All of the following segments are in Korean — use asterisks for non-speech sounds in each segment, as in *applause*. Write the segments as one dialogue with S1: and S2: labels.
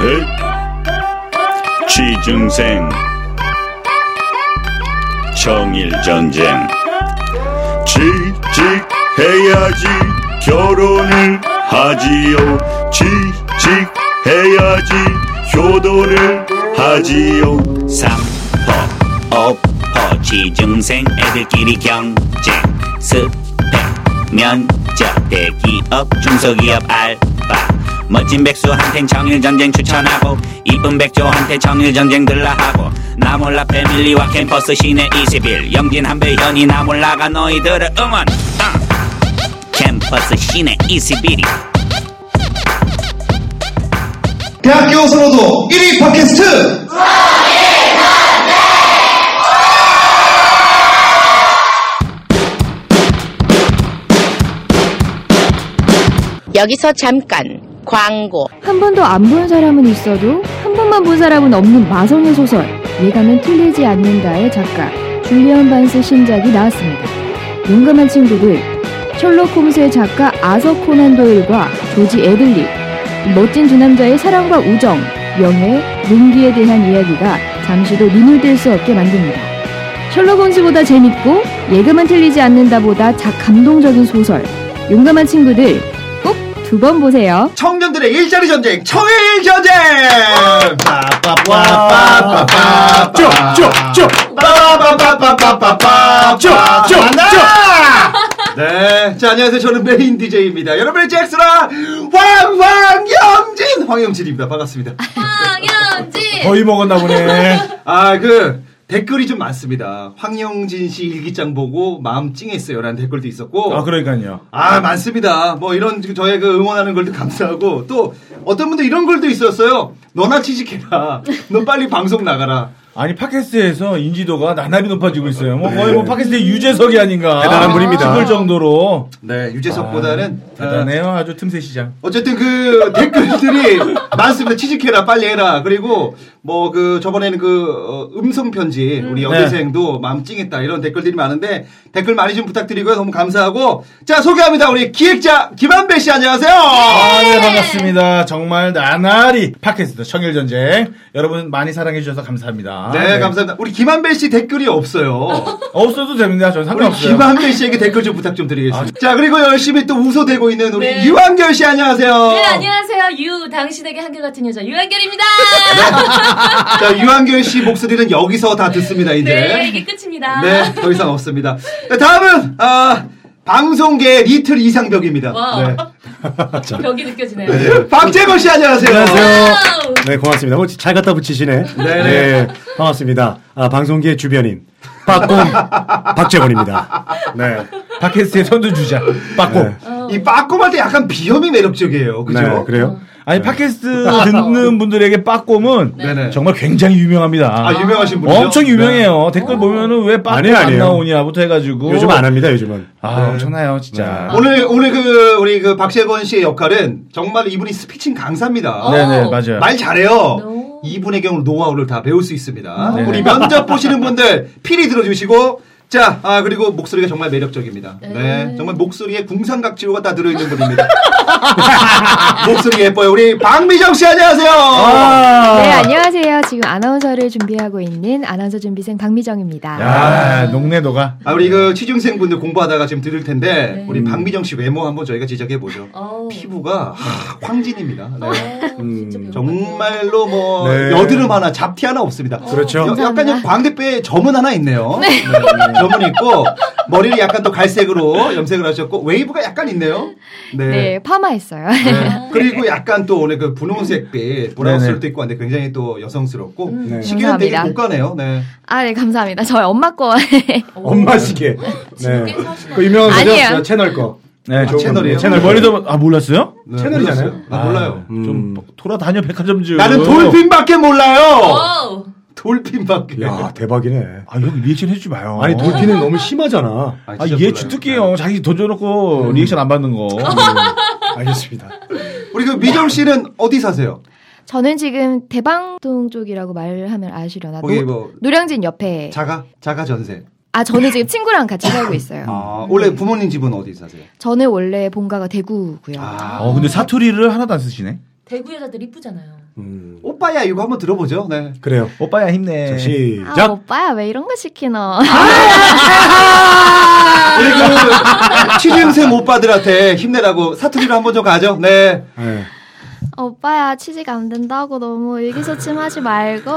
S1: 네? 증생 청일전쟁 취직해야지 결혼을 하지요 취직해야지 효도를 하지요
S2: 삼포 오포 취중생 애들끼리 경쟁 스펙 면접 대기업 중소기업 알바 멋진 백수한텐 정일전쟁 추천하고 이쁜 백조한테 정일전쟁 들라하고 나몰라 패밀리와 캠퍼스 시내 21 영진 한배 현이 나몰라가 너희들을 응원 땅! 캠퍼스 시내 21이
S3: 대학교 선호도 1위 팟캐스트
S4: 여기서 잠깐 광고.
S5: 한 번도 안 본 사람은 있어도 한 번만 본 사람은 없는 마성의 소설 예감은 틀리지 않는다의 작가 줄리언 반스 신작이 나왔습니다. 용감한 친구들 셜록 홈스의 작가 아서 코난 도일과 조지 애들리 멋진 두 남자의 사랑과 우정, 명예, 용기에 대한 이야기가 잠시도 눈을 뗄 수 없게 만듭니다. 셜록 홈스보다 재밌고 예감은 틀리지 않는다보다 작 감동적인 소설 용감한 친구들 꼭 두 번 보세요.
S3: 청년들의 일자리 전쟁 청일 전쟁 아, *laughs* 네, 자 안녕하세요. 저는 메인 DJ입니다. 여러분의 잭스라 황황영진 황영진입니다. 반갑습니다.
S6: 황영진
S7: 거의 먹었나 보네.
S3: 아 그 댓글이 좀 많습니다. 황영진 씨 일기장 보고 마음 찡했어요라는 댓글도 있었고
S7: 아, 그러니까요.
S3: 아 많습니다. 뭐 이런 그 저의 그 응원하는 걸도 감사하고 또 어떤 분도 이런 글도 있었어요. 너나 취직해라. 너 빨리 방송 나가라.
S7: 아니, 팟캐스트에서 인지도가 나날이 높아지고 있어요. 뭐 거의 뭐 팟캐스트의 유재석이 아닌가.
S8: 대단한 분입니다.
S7: 싶을 정도로.
S3: 네 유재석보다는
S7: 아, 대단해요. 아주 틈새 시장.
S3: 어, 쨌든그 댓글들이 많습니다. 취직해라 빨리 해라. 그리고 뭐 그 저번에는 그 어, 음성 편지
S7: 네.
S3: 우리 여대생도 마음 찡했다 이런 댓글들이 많은데 댓글 많이 좀 부탁드리고요. 너무 감사하고 자 소개합니다. 우리 기획자 김한배 씨 안녕하세요.
S7: 아, 네, 반갑습니다. 정말 나날이 팟캐스트 청일전쟁. 여러분 많이 사랑해주셔서 감사합니다.
S3: 네, 감사합니다. 우리 김한배 씨 댓글이 없어요.
S7: 없어도 됩니다. 저는
S3: 우리
S7: 상관없어요.
S3: 김한결 씨에게 댓글 좀 부탁 좀 드리겠습니다. 자, 그리고 열심히 또 우소되고 있는 우리
S6: 네.
S3: 유한결 씨 안녕하세요.
S6: 네 안녕하세요 유 당신에게 한결같은
S3: *laughs*
S6: 여자 유한결입니다
S3: 자, 유한결 씨 목소리는 여기서 다 듣습니다, 이제.
S6: 네 이게 끝입니다
S3: 네, 더 이상 없습니다. 네, 다음은, 아, 방송계 리틀 이상벽입니다.
S6: 와
S3: 네.
S6: *laughs* 벽이 느껴지네요
S3: 박재건 씨 안녕하세요.
S5: 아.
S6: 와우.
S8: 네, 고맙습니다. 뭐, 잘 갖다 붙이시네.
S3: 네.
S8: 네, 반갑습니다. 아, 방송계 주변인. 박곰, 박재권입니다. 네.
S7: 팟캐스트의 선두주자. 빠꼼.
S8: 네.
S3: 이 빠꼼한테 약간 비염이 매력적이에요. 그죠?
S8: 네, 그래요?
S7: 아니, 팟캐스트 듣는 분들에게 빠꼼은
S3: 네네.
S7: 정말 굉장히 유명합니다.
S3: 아, 유명하신 분이요?
S7: 엄청 유명해요. 댓글 보면은 왜 빠꼼
S8: 네. 아니에요,
S7: 안
S8: 아니에요.
S7: 나오냐부터 해가지고.
S8: 요즘 안 네. 합니다, 요즘은.
S7: 아, 엄청나요, 진짜.
S3: 네. 오늘, 오늘 그, 우리 그 박재건 씨의 역할은 정말 이분이 스피칭 강사입니다.
S7: 네네,
S6: 오.
S7: 맞아요.
S3: 말
S6: No.
S3: 잘해요. 이분의 경우 노하우를 다 배울 수 있습니다.
S7: 네네.
S3: 우리 면접 보시는 분들 필히 들어주시고 자, 아 그리고 목소리가 정말 매력적입니다. 네, 정말 목소리에 궁상각지로가 다 들어있는 분입니다. *laughs* 목소리 예뻐요. 우리 박미정 씨 안녕하세요.
S7: 아,
S5: 네, 안녕하세요. 지금 아나운서를 준비하고 있는 아나운서 준비생 박미정입니다.
S8: 아.
S7: 야, 녹네, 녹아.
S3: 아 우리 그 취중생분들 공부하다가 지금 들을 텐데 우리 박미정 씨 외모 한번 저희가 지적해 보죠.
S6: 어우.
S3: 피부가 하, 황진입니다. 네.
S6: 어우, 진짜 배고파.
S3: 정말로 뭐
S8: 음. 네.
S3: 여드름 하나, 잡티 하나 없습니다.
S8: 그렇죠.
S3: 여- 약간 좀 광대뼈에 점은 하나 있네요. 네. 점은 있고 머리를 약간 또 갈색으로 염색을 하셨고 웨이브가 약간 있네요. 네.
S5: 네, 파마했어요.
S3: 네. 그리고 약간 또 오늘 그 분홍색빛 브라우스도
S7: 네네.
S3: 입고 왔는데 굉장히 또 여성스럽고
S8: 네.
S3: 시기는 되게
S5: 감사합니다.
S3: 고가네요. 네.
S5: *laughs* 아, 네, 감사합니다. 저희 엄마 거.
S8: 엄마 시계.
S6: 지금
S8: 네.
S6: 꽤 사시나요?
S8: 그 유명한 거죠?
S5: 아니에요.
S8: 저 채널 거.
S7: 네,
S3: 아, 채널이에요?
S7: 채널 머리도 아 몰랐어요?
S3: 네,
S8: 채널이잖아요.
S3: 몰랐어요. 아, 몰라요.
S7: 아, 좀 돌아다녀 백화점 좀.
S3: 나는 돌핀밖에 몰라요.
S6: 와우.
S3: 돌핀밖에.
S8: 야, 대박이네.
S7: 아 여기 리액션 해주지 마요.
S8: 아니, 돌핀은 너무 심하잖아.
S7: 아, 얘
S3: 네.
S7: 주특기예요. 자기 돈 줘놓고 리액션 안 받는 거.
S8: 알겠습니다.
S3: 우리 그 미정 씨는 어디 사세요?
S5: *laughs* 저는 지금 대방동 쪽이라고 말하면 아시려나.
S3: 거기
S5: 노,
S3: 뭐
S5: 노량진 옆에.
S3: 자가 자가 전세.
S5: 아, 저는 지금 친구랑 같이
S3: *laughs*
S5: 살고
S7: 음.
S5: 있어요.
S3: 아, 원래 부모님 집은 어디 사세요?
S5: 저는 원래 본가가 대구고요.
S3: 아,
S7: 어 근데 사투리를 하나도 안 쓰시네.
S6: 대구 여자들 이쁘잖아요
S1: 음,
S3: 오빠야 이거 한번 들어보죠. 네.
S1: 그래요.
S7: 오빠야 힘내.
S1: 자,
S5: 아,
S1: 시작.
S5: 오빠야, 왜 이런 거 시키노?
S3: 우리 그 취준생 오빠들한테 힘내라고 사투리로 한번 좀 가죠. 네.
S1: 네.
S5: 오빠야, 취직 안 된다고 너무 의기소침하지 말고,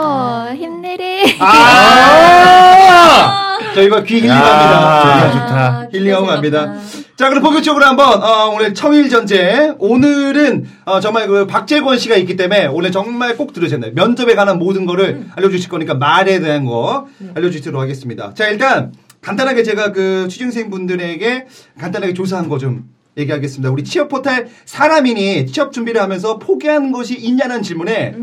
S5: 힘내리.
S1: 아!
S3: 저 이거 귀
S7: 아,
S3: 힐링합니다.
S7: 좋다.
S3: 힐링하고 갑니다. 자, 그럼 본격적으로 한번 어, 오늘 청일 전쟁 오늘은 어, 정말 그 박재권 씨가 있기 때문에 오늘 정말 꼭 들으셔야 돼요. 면접에 관한 모든 거를 알려주실 거니까 말에 대한 거 알려주시도록 하겠습니다. 자, 일단 간단하게 제가 그 취준생 분들에게 간단하게 조사한 거 좀 얘기하겠습니다. 우리 취업 포탈 사람인이 취업 준비를 하면서 포기한 것이 있냐는 질문에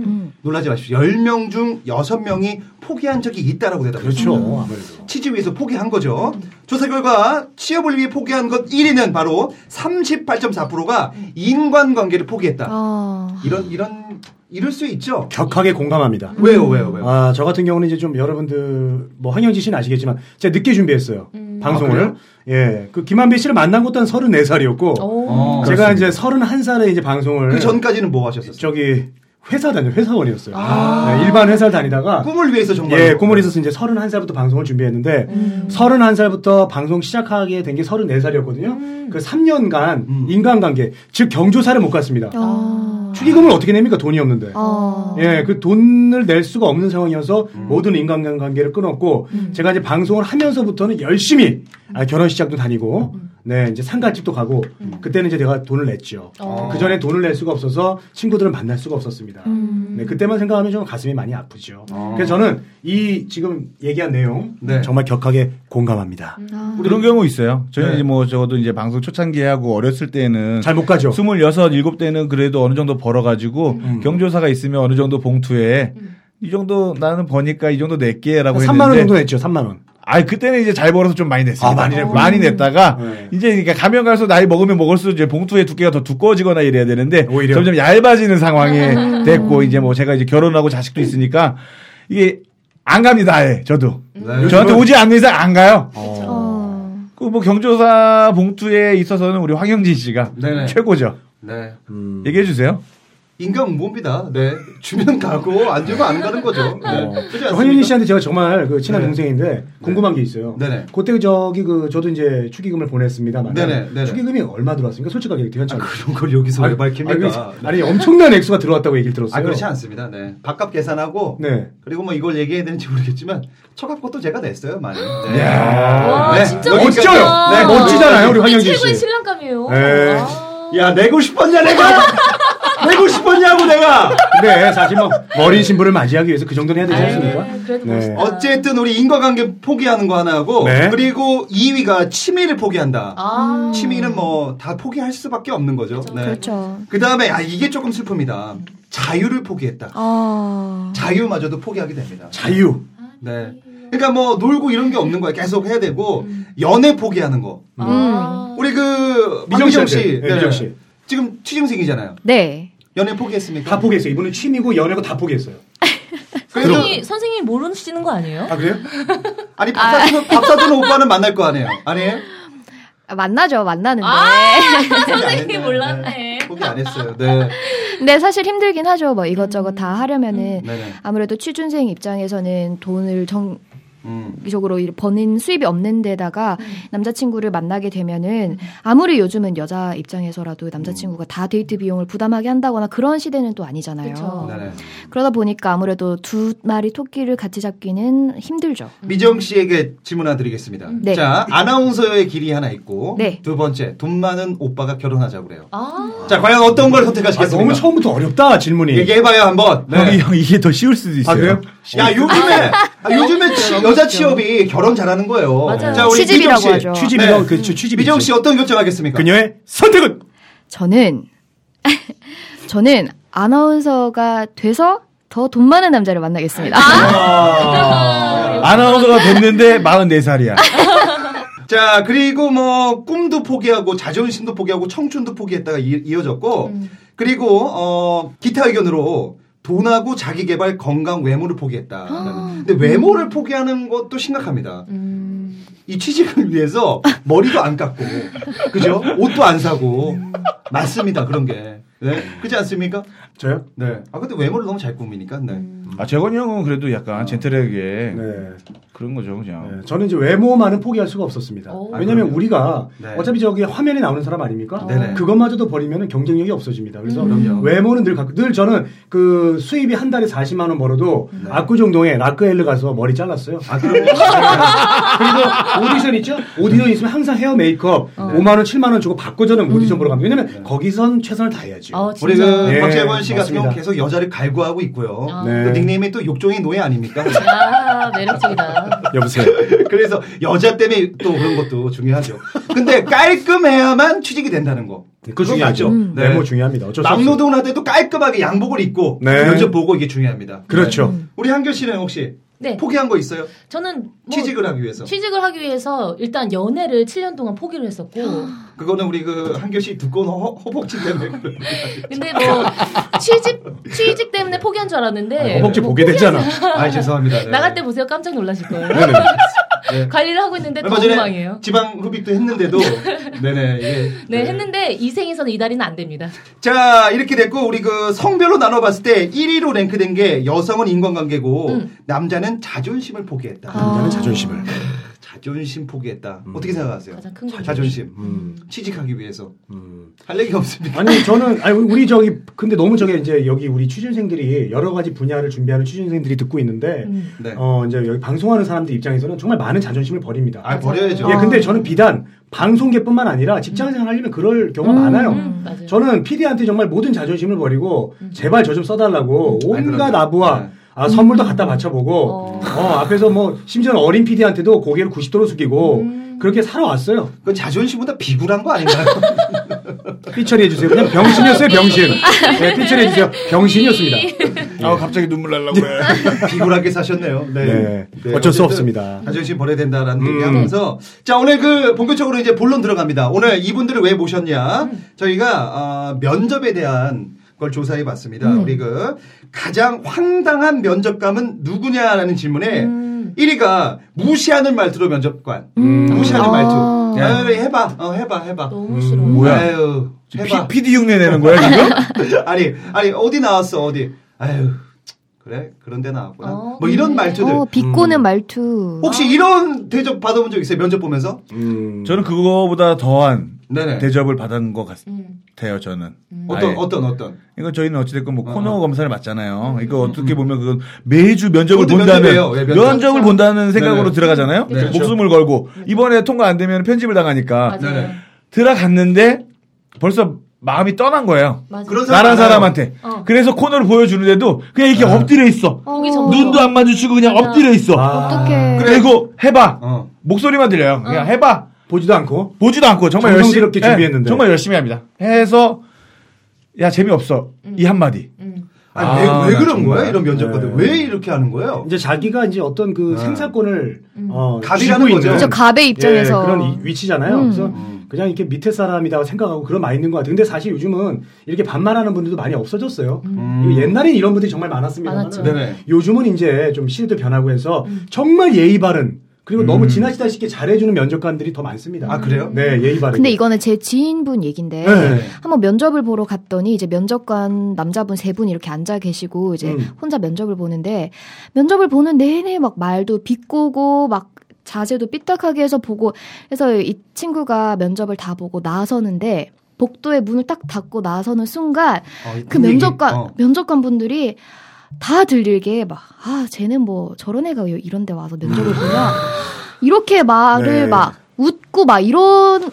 S3: 놀라지 마십시오. 10명 중 6명이 포기한 적이 있다라고 대답했습니다.
S1: 그렇죠. 아무래도.
S3: 취직 위해서 포기한 거죠. 조사 결과 취업을 위해 포기한 것 1위는 바로 38.4%가 인간관계를 포기했다.
S5: *laughs* 어,
S3: 이런 이런 이럴 수 있죠.
S1: 격하게 공감합니다.
S3: 왜요, 왜요, 왜요?
S1: 아, 저 같은 경우는 이제 좀 여러분들, 뭐, 황영지 씨는 아시겠지만, 제가 늦게 준비했어요. 방송을.
S3: 아,
S1: 예. 그, 김한배 씨를 만난 것도 한 34살이었고,
S3: 어,
S1: 제가 이제 31살에 이제 방송을.
S3: 그 전까지는 뭐 하셨었어요?
S1: 저기, 회사 다녀, 회사원이었어요.
S3: 아.
S1: 네, 일반 회사를 다니다가,
S3: 꿈을 위해서 정말.
S1: 예, 꿈을 있어서 이제 31살부터 방송을 준비했는데,
S6: 음.
S3: 음.
S1: 31살부터 방송 시작하게 된 게 34살이었거든요. 그 3년간
S3: 음.
S1: 인간관계, 즉 경조사를 못 갔습니다.
S5: 어,
S1: 축의금을 어떻게 냅니까? 돈이 없는데.
S5: 어.
S1: 예, 그 돈을 낼 수가 없는 상황이어서
S7: 음.
S1: 모든 인간관계를 끊었고, 제가 이제 방송을 하면서부터는 열심히 아, 결혼식장도 다니고, 네, 이제 상가집도 가고, 그때는 이제 내가 돈을 냈죠.
S6: 어.
S1: 그 전에 돈을 낼 수가 없어서 친구들을 만날 수가 없었습니다.
S5: 음.
S1: 네, 그때만 생각하면 좀 가슴이 많이 아프죠.
S7: 어.
S1: 그래서 저는 이 지금 얘기한 내용
S3: 네.
S1: 정말 격하게 공감합니다.
S5: 아. 뭐.
S7: 그런 경우 있어요. 저는
S3: 네.
S7: 이제 뭐 적어도 이제 방송 초창기에 하고 어렸을 때는
S1: 잘 못 가죠.
S7: 스물여섯, 일곱 대는 그래도 어느 정도 벌어가지고 경조사가 있으면 어느 정도 봉투에 이 정도 나는 버니까 이 정도 낼게라고
S1: 3만 원
S7: 했는데
S1: 정도 냈죠. 3만 원.
S7: 아 그때는 이제 잘 벌어서 좀 많이 냈어요.
S1: 아, 많이 냈구나.
S7: 냈다가
S1: 네.
S7: 이제 그러니까 가면 갈수록 나이 먹으면 먹을수록 이제 봉투의 두께가 더 두꺼워지거나 이래야 되는데
S1: 오히려.
S7: 점점 얇아지는 상황이 됐고 이제 뭐 제가 이제 결혼하고 자식도 있으니까 이게 안 갑니다. 아예 저도
S3: 네.
S7: 저한테 오지 않는 이상 안 가요.
S5: 어.
S7: 그 뭐 경조사 봉투에 있어서는 우리 황영진 씨가
S3: 네네.
S7: 최고죠.
S3: 네.
S1: 음.
S7: 얘기해 주세요.
S3: 인간 모입니다. 네. 주면 가고 안 주면 안 가는
S1: 어.
S3: 거죠. 네. 그렇지 않습니까?
S1: 황윤희 씨한테 제가 정말 그 친한
S3: 네.
S1: 동생인데 궁금한 게 있어요.
S3: 네네.
S1: 그때 저기 그 저도 이제 축의금을 보냈습니다만
S3: 네네, 네네.
S1: 축의금이 얼마 들어왔습니까? 솔직하게 얘기해요.
S3: 아, 그런 걸 여기서 왜 밝힙니까? 네.
S1: 아니, 아니, 엄청난 액수가 들어왔다고 얘기를 들었어요.
S3: 아, 그렇지 않습니다. 네. 밥값 계산하고
S1: 네.
S3: 그리고 뭐 이걸 얘기해야 되는지 모르겠지만 처갓 것도 제가 냈어요, 많이. 네.
S6: 와,
S3: 네,
S6: 진짜
S3: 여기까지.
S1: 멋져요.
S6: 네,
S1: 멋지잖아요, 우리
S6: 아, 이게
S1: 황영진
S6: 최고의
S1: 씨.
S6: 신랑감이에요.
S1: 네.
S6: 아.
S3: 야 내고 싶었냐 *laughs* 내가 내고 싶었냐고 내가
S1: 근데 사실 뭐 어린 신부를 맞이하기 위해서 그 정도는 해야 되지 않습니까?
S6: 아유, 그래도
S1: 네.
S6: 멋있다.
S3: 어쨌든 우리 인과관계 포기하는 거 하나고
S1: 네.
S3: 그리고 2위가 취미를 포기한다
S6: 아.
S3: 취미는 뭐 다 포기할 수밖에 없는 거죠 네.
S5: 음. 그렇죠.
S3: 그다음에 아 이게 조금 슬픕니다 자유를
S5: 아.
S3: 포기했다
S5: 어.
S3: 자유마저도 포기하게 됩니다
S1: 자유.
S3: 네 그러니까 뭐 놀고 이런 게 없는 거야 계속 해야 되고 연애 포기하는 거
S6: 아.
S3: 음. 우리 그
S1: 미정
S3: 박미정
S1: 씨한테.
S3: 씨,
S1: 네, 미정 씨.
S3: 지금 취준생이잖아요
S9: 네.
S3: 연애 포기했습니까?
S1: 다 포기했어요. 이분은 취미고 연애고 다 포기했어요.
S3: 그래도
S6: 선생님이, 선생님이 모르시는 거 아니에요?
S1: 아 그래요?
S3: 아니 밥 사주는 밥 사주는 오빠는 만날 거 아니에요 아니에요?
S5: 아, 만나죠, 만나는데.
S3: 네, 네,
S6: 선생님이 몰랐네.
S3: 네. 포기 안 했어요. 네.
S5: 근데 사실 힘들긴 하죠. 뭐 이것저것 다 하려면은.
S3: 네네.
S5: 아무래도 취준생 입장에서는 돈을 정,
S3: 음.
S9: 적으로 버는 수입이 없는 데다가 남자친구를 만나게 되면은 아무리 요즘은 여자 입장에서라도 남자친구가 다 데이트 비용을 부담하게 한다거나 그런 시대는 또 아니잖아요.
S6: 그쵸.
S3: 네네.
S9: 그러다 보니까 아무래도 두 마리 토끼를 같이 잡기는 힘들죠.
S3: 미정 씨에게 질문 하나 드리겠습니다.
S9: 네.
S3: 자, 아나운서의 길이 하나 있고
S9: 네.
S3: 두 번째 돈 많은 오빠가 결혼하자고 그래요.
S6: 아.
S3: 자, 과연 어떤 걸
S1: 아,
S3: 선택하시겠습니까?
S1: 너무 처음부터 어렵다 질문이.
S3: 얘기해봐요 한번. 네.
S7: 형이 형 이게 더 쉬울 수도 있어요.
S1: 아 그래요? *laughs*
S3: 야 요즘에 아, 요즘에 치- 여자 취업이 결혼 잘하는 거예요.
S6: 맞아요.
S3: 자, 우리
S9: 시집이라고
S3: 미정 씨.
S9: 하죠.
S1: 취집
S3: 네.
S1: 이런 그 취- 취집이
S3: 미정
S1: 있지.
S3: 씨 어떤 결정하겠습니까?
S1: 그녀의 선택은
S9: 저는 *laughs* 저는 아나운서가 돼서 더 돈 많은 남자를 *laughs* 만나겠습니다.
S6: 아,
S7: 아나운서가
S1: *laughs*
S7: 됐는데 44살이야.
S3: 자, 그리고 뭐 꿈도 포기하고 자존심도 포기하고 청춘도 포기했다가 이, 어졌고 그리고 어 기타 의견으로 돈하고 자기 개발, 건강, 외모를 포기했다. 근데 외모를 포기하는 것도 심각합니다. 이 취직을 위해서 머리도 안 깎고, 그죠? 옷도 안 사고. 맞습니다, 그런 게. 네. 그렇지 않습니까?
S1: 저요?
S3: 네. 아 근데 외모를 너무 잘 꾸미니까. 네.
S7: 아 재건이 형은 그래도 약간 젠틀하게
S1: 네.
S7: 그런 거죠 그냥.
S1: 네, 저는 이제 외모만은 포기할 수가 없었습니다.
S6: 오.
S1: 왜냐면
S3: 어. 아,
S1: 우리가
S3: 네.
S1: 어차피 저기 화면에 나오는 사람 아닙니까?
S3: 네네. 음.
S1: 그것마저도 버리면 경쟁력이 없어집니다. 그래서
S3: 그럼요.
S1: 외모는 늘 갖고, 늘 저는 그 수입이 한 달에 40만 원 벌어도
S3: 네.
S1: 압구정동에 라크엘르 가서 머리 잘랐어요. 아,
S3: 아 그럼요.
S1: 그리고 *laughs* 오디션 있죠? 오디션 있으면 항상 헤어 메이크업
S6: 네.
S1: 5만 원, 7만 원 주고 받고 저는 오디션 보러 갑니다. 왜냐면
S3: 네.
S1: 거기선 최선을 다해야죠.
S6: 음. 어,
S3: 우리
S6: 진짜.
S3: 그
S1: 예,
S3: 박재권 씨 같은 경우
S1: 맞습니다.
S3: 계속 여자를 갈구하고 있고요.
S6: 아.
S1: 네.
S3: 그 닉네임이 또 욕종의 노예 아닙니까? *laughs*
S6: 아, 매력적이다.
S1: 여보세요.
S3: 그래서 여자 때문에 또 그런 것도 중요하죠. 근데 깔끔해야만 취직이 된다는 거.
S1: 그 중요하죠.
S6: 음.
S3: 맞죠? 네.
S1: 외모 중요합니다. 어쩔 수 없어요.
S3: 남노동을 할 때도 깔끔하게 양복을 입고
S1: 네.
S3: 면접 보고 이게 중요합니다.
S1: 그렇죠.
S3: 네. 우리 한결 씨는 혹시
S6: 네.
S3: 포기한 거 있어요?
S6: 저는 뭐
S3: 취직을 하기 위해서.
S6: 취직을 하기 위해서 일단 연애를 7년 동안 포기를 했었고
S3: 그거는 우리 그 한결 씨 두꺼운 허, 허벅지 때문에. 그런 거예요.
S6: 근데 뭐 취직 취직 때문에 포기한 줄 알았는데
S1: 허벅지
S6: 뭐
S1: 보게 되잖아.
S3: 아 죄송합니다. 네.
S6: 나갈 때 보세요 깜짝 놀라실 거예요. *laughs*
S3: 네.
S6: 관리를 하고 있는데
S3: 얼마
S6: 더 엉망이에요.
S3: 전에 지방 흡입도
S6: *laughs*
S3: 했는데도 네네 이게
S6: 네, 했는데 이 생에서는 이 다리는 안 됩니다.
S3: 자 이렇게 됐고 우리 그 성별로 나눠봤을 때 1위로 랭크된 게 여성은 인간관계고
S6: 음. 아.
S3: 남자는 자존심을 포기했다.
S1: 남자는 자존심을.
S3: 자존심 포기했다. 어떻게 생각하세요?
S6: 가장 큰 거죠.
S3: 자존심.
S1: 음,
S3: 취직하기 위해서
S1: 음.
S3: 할 얘기 없습니다.
S1: 아니 저는 아니 우리 저기 근데 너무 저게 이제 여기 우리 취준생들이 여러 가지 분야를 준비하는 취준생들이 듣고 있는데
S6: 음.
S3: 네.
S1: 어 이제 여기 방송하는 사람들 입장에서는 정말 많은 자존심을 버립니다.
S3: 아 버려야죠.
S1: 예, 근데 저는 비단 방송계뿐만 아니라 직장생활 하려면 그럴 경우가 많아요.
S6: 음, 맞아요.
S1: 저는 PD한테 정말 모든 자존심을 버리고 제발 저 좀 써달라고 온갖
S3: 음. 그럼요.
S1: 나부와
S3: 네.
S1: 아, 선물도 갖다 바쳐보고 어. 앞에서 뭐 심지어는 어린 PD한테도 고개를 90도로 숙이고
S6: 음.
S1: 그렇게 살아왔어요.
S3: 그 자존심보다 비굴한 거 아닌가요?
S1: *laughs* 피처리 해주세요. 그냥 병신이었어요, 병신. 네, 피처리 해주세요. 병신이었습니다.
S7: 아 갑자기 눈물 날라고 해.
S3: 비굴하게 사셨네요. 네.
S1: 네. 어쩔 수 없습니다.
S3: 자존심 버려야 된다라는
S1: 음.
S3: 얘기하면서 자 오늘 그 본격적으로 이제 본론 들어갑니다. 오늘 이분들을 왜 모셨냐? 저희가 아, 면접에 대한 걸 조사해 봤습니다. 우리 그 가장 황당한 면접감은 누구냐라는 질문에
S6: 음.
S3: 1위가 무시하는 말투로 면접관,
S1: 음.
S3: 무시하는 말투.
S5: 아.
S3: 아유, 해봐, 어, 해봐, 해봐.
S6: 너무 싫어.
S7: 뭐야?
S3: 아유, 해봐.
S7: *laughs* 피, PD 흉내 내는 거야
S3: *laughs*
S7: 지금?
S3: 아니, 아니, 어디 나왔어, 어디. 아유, 그래? 그런데 나왔구나.
S6: 어,
S3: 뭐 이런
S6: 그래.
S3: 말투들.
S5: 어, 비꼬는 말투.
S3: 혹시 이런 대접 받아본 적 있어요? 면접 보면서?
S7: 저는 그거보다 더한
S3: 네네.
S7: 대접을 받은 것
S6: 음.
S7: 같아요 저는.
S3: 어떤,
S7: 아예.
S3: 어떤, 어떤.
S7: 이거 저희는 어찌됐건 뭐
S3: 어,
S7: 코너
S3: 어.
S7: 검사를 맞잖아요. 이거 어떻게 보면 그건 매주 면접을
S3: 모두
S7: 본다는
S3: 면접이에요. 예, 면접.
S7: 면접. 을 본다는 생각으로
S3: 네네.
S7: 들어가잖아요.
S3: 네.
S7: 목숨을 걸고 이번에 통과 안 되면 편집을 당하니까
S6: 맞아요.
S3: 네네.
S7: 들어갔는데 벌써 마음이 떠난 거예요.
S6: 맞아요.
S3: 그런 사람
S7: 나란
S3: 많아요. 아.
S7: 사람한테.
S6: 어.
S7: 그래서 코너를 보여주는데도 그냥 이렇게 엎드려 있어.
S6: 보기 전부터.
S7: 눈도 안 마주치고 그냥
S6: 맞아.
S7: 엎드려 있어.
S5: 어떻게
S7: 아,
S3: 그래.
S7: 그리고 해봐.
S3: 어.
S7: 목소리만 들려요. 그냥 해봐.
S1: 보지도 않고.
S7: 보지도 않고 정말 열심히
S1: 정성스럽게 준비했는데.
S7: 예, 정말 열심히 합니다. 해서 야 재미없어 이 한마디.
S6: 음.
S3: 아니,
S7: 아,
S3: 왜, 왜
S7: 나
S3: 그런 거야?
S7: 정말.
S3: 이런 면접관들. 왜 이렇게 하는 거예요?
S1: 이제 자기가 이제 어떤 그 생사권을 어,
S3: 네. 갑이라는
S1: 쥐고
S3: 거죠. 음.
S1: 있는
S5: 저 음. 그렇죠. 갑의 입장에서 음.
S1: 예, 그런 이- 위치잖아요. 그래서 그냥 이렇게 밑에 사람이라고 생각하고 그런 마인드인 것 같아요. 근데 사실 요즘은 이렇게 반말하는 분들도 많이 없어졌어요.
S5: 음.
S1: 이거 옛날엔 이런 분들이 정말 많았습니다.
S6: 많았죠.
S3: 음. 네네.
S1: 요즘은 이제 좀 시대도 변하고 해서
S5: 음.
S1: 정말 예의 바른 그리고 너무 지나치다시피 잘해주는 면접관들이 더 많습니다.
S3: 음. 아, 그래요?
S1: 네, 예의 바른.
S5: 근데 이거는 제 지인분 얘긴데
S1: 네.
S5: 한번 면접을 보러 갔더니 이제 면접관 남자분 세 분 이렇게 앉아 계시고 이제
S1: 음.
S5: 혼자 면접을 보는데 면접을 보는 내내 막 말도 비꼬고 막 자세도 삐딱하게 해서 보고 해서 이 친구가 면접을 다 보고 나서는데 복도에 문을 딱 닫고 나서는 순간 그 면접관
S3: 어.
S1: 어.
S5: 면접관 분들이 다 들리게 막 아 쟤는 뭐 저런 애가 왜 이런 데 와서 면접을
S1: *laughs*
S5: 보냐 이렇게 말을
S1: 네.
S5: 막 웃고 막 이런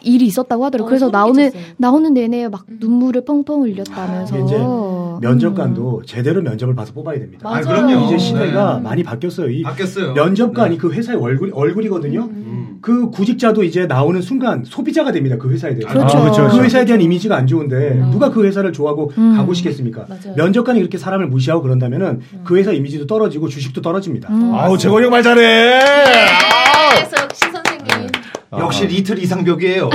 S5: 일이 있었다고 하더라고 요
S6: 어,
S5: 그래서
S6: 소름
S5: 나오는
S6: 끼쳤어요.
S5: 나오는 내내 막
S6: 음.
S5: 눈물을 펑펑 흘렸다면서
S1: 이게 이제
S5: 어.
S1: 면접관도 제대로 면접을 봐서 뽑아야 됩니다.
S6: 맞아요.
S3: 그럼요.
S1: 이제 시대가
S3: 네.
S1: 많이 바뀌었어요. 이
S3: 바뀌었어요.
S1: 면접관이
S3: 네.
S1: 그 회사의 얼굴 얼굴이거든요.
S3: 음.
S1: 그 구직자도 이제 나오는 순간 소비자가 됩니다. 그 회사에 대해서.
S5: 그렇죠. 아, 그렇죠,
S1: 그 회사에 대한 이미지가 안 좋은데 누가 그 회사를 좋아하고
S5: 음.
S1: 가고 싶겠습니까?
S6: 맞아요.
S1: 면접관이 그렇게 사람을 무시하고 그런다면은 그 회사 이미지도 떨어지고 주식도 떨어집니다.
S7: 아우 재건이 형 말 잘해.
S6: 그래서 역시 선생님.
S3: 역시 리틀 이상벽이에요.